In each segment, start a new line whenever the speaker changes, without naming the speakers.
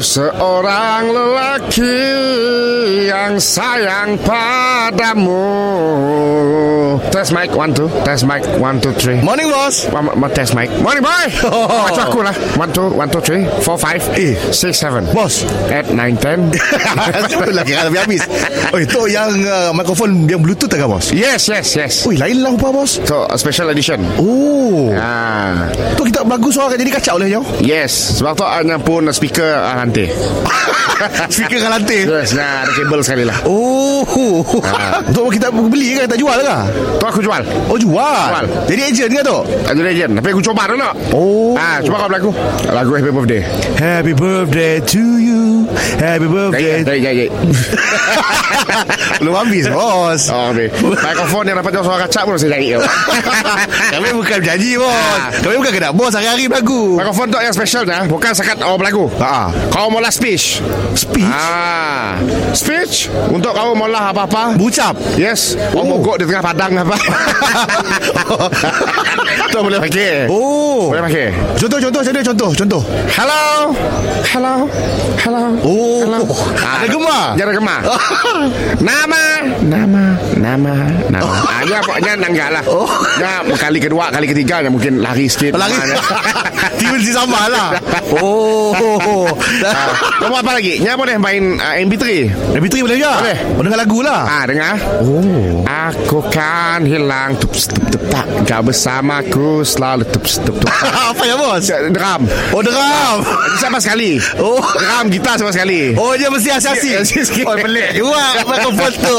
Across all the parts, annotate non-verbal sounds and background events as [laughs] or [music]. seorang lelaki yang sayang padamu. Test mic one two, test mic one two three.
Morning boss
One more- more test mic. Morning
[laughs]
boy. Macam aku lah. One two, one two three, four five,
Eh.
six seven.
[laughs] Boss
Eight nine
[laughs]
ten.
Kenapa lah kira habis-habis [laughs] Oh itu yang uh, Mikrofon yang bluetooth tak bos
yes yes yes.
Ui lain lah rupa bos
So a special edition.
Oh
Ah,
Tu kita lagu suara akan jadi kacau [laughs] lah Jauh
yes. Sebab tu Anya pun speaker ah,
Eh.
nanti.
Speaker kan lantai
Yes, nah, ada kabel sekali lah.
Oh [laughs]
Ah.
Tu kita beli ke Tak jual ke
Tu aku jual.
Oh jual,
Jual.
Jadi agent ke tu
Aku legend. Tapi aku cuba dulu.
Oh.
Ah, cuba kau lagu. Lagu Happy Birthday.
Happy birthday to you Happy
Jai,
birthday
jai, jai, jai.
Lu habis [laughs] bos
Oh, okay. Mikrofon yang dapat jauh suara kacak pun saya cari. tau.
Kami bukan janji bos Kami bukan kena bos Hari-hari berlagu
Mikrofon tu yang special dah. Bukan sekat awak berlagu.
Ah.
Ha. Kau mula speech.
Speech
Ah, speech untuk kau mula apa-apa.
Bucap
Yes, oh.
Oh.
mogok di tengah padang apa. tu boleh pakai.
Oh
Boleh pakai.
Contoh contoh Contoh contoh Contoh
Hello. Hello. Hello.
Oh.
Hello.
Ada gemar?
Ada gemar. Nama. Nama. Nama. Nama.
Oh.
Ah, ya pokoknya nanggak lah. Oh. Ya, kali kedua, kali ketiga ya mungkin lari sikit.
[laughs] Lari
Ah,
[laughs] Tiba-tiba sama lah Oh
Ah, Nombor apa lagi? Nya boleh main ah, MP3.
[laughs] Lebih teri boleh juga
Boleh.
Oh, Dengar lagu lah
Ah, dengar.
Oh
Aku kan hilang tups tup tup tak. Kau bersamaku selalu tups tup tup.
[laughs] [laughs] Apa ya bos
Drum.
Oh deram
Sama sekali.
Oh.
Drum gitar sama sekali.
Oh dia mesti [laughs] asing-asing
Asing-asing.
Oh pelik Wah Mikrofon [laughs] tu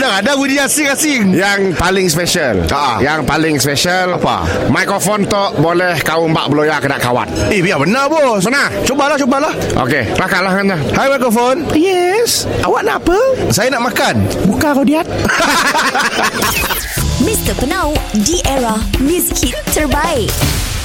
Dah ada bunyi asing-asing
Yang paling special
Ah.
Yang paling special
Apa?
Mikrofon tu boleh kau mbak beloya kena kawat
Eh biar benar bos
Benar.
Cubalah cubalah
Okey, rakatlah kan dah
Hai mikrofon Yes Awak nak apa? Saya nak makan Buka kau diat
Mr. Penau, di era music hit terbaik.